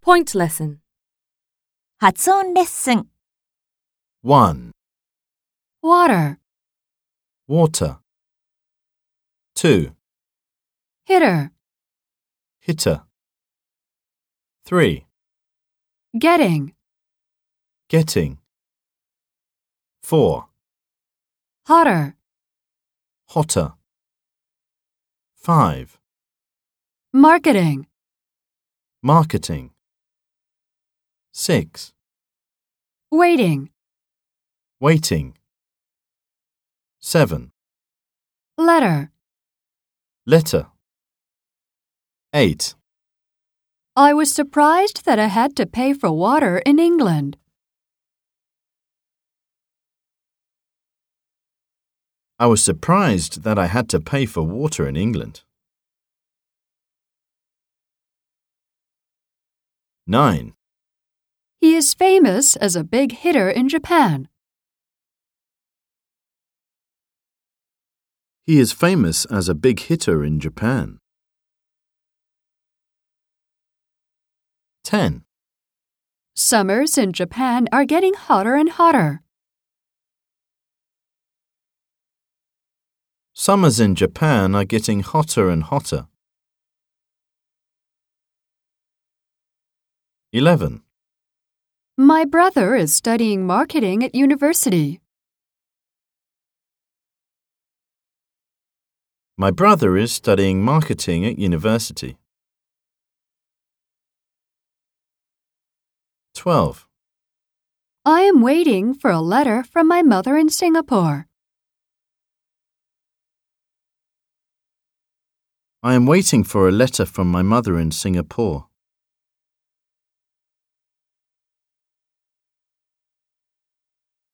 Point lesson. 発音レッスン 1. Water, Water. 2. hitter, Hitter. 3. getting, Getting. 4. hotter, Hotter. 5. marketing, Marketing. 6. waiting, Waiting. 7. letter. Letter. 8. I was surprised that I had to pay for water in England. I was surprised that I had to pay for water in England. 9. He is famous as a big hitter in Japan. He is famous as a big hitter in Japan. 10. Summers in Japan are getting hotter and hotter. Summers in Japan are getting hotter and hotter. 11. My brother is studying marketing at university. My brother is studying marketing at university. 12. I am waiting for a letter from my mother in Singapore. I am waiting for a letter from my mother in Singapore.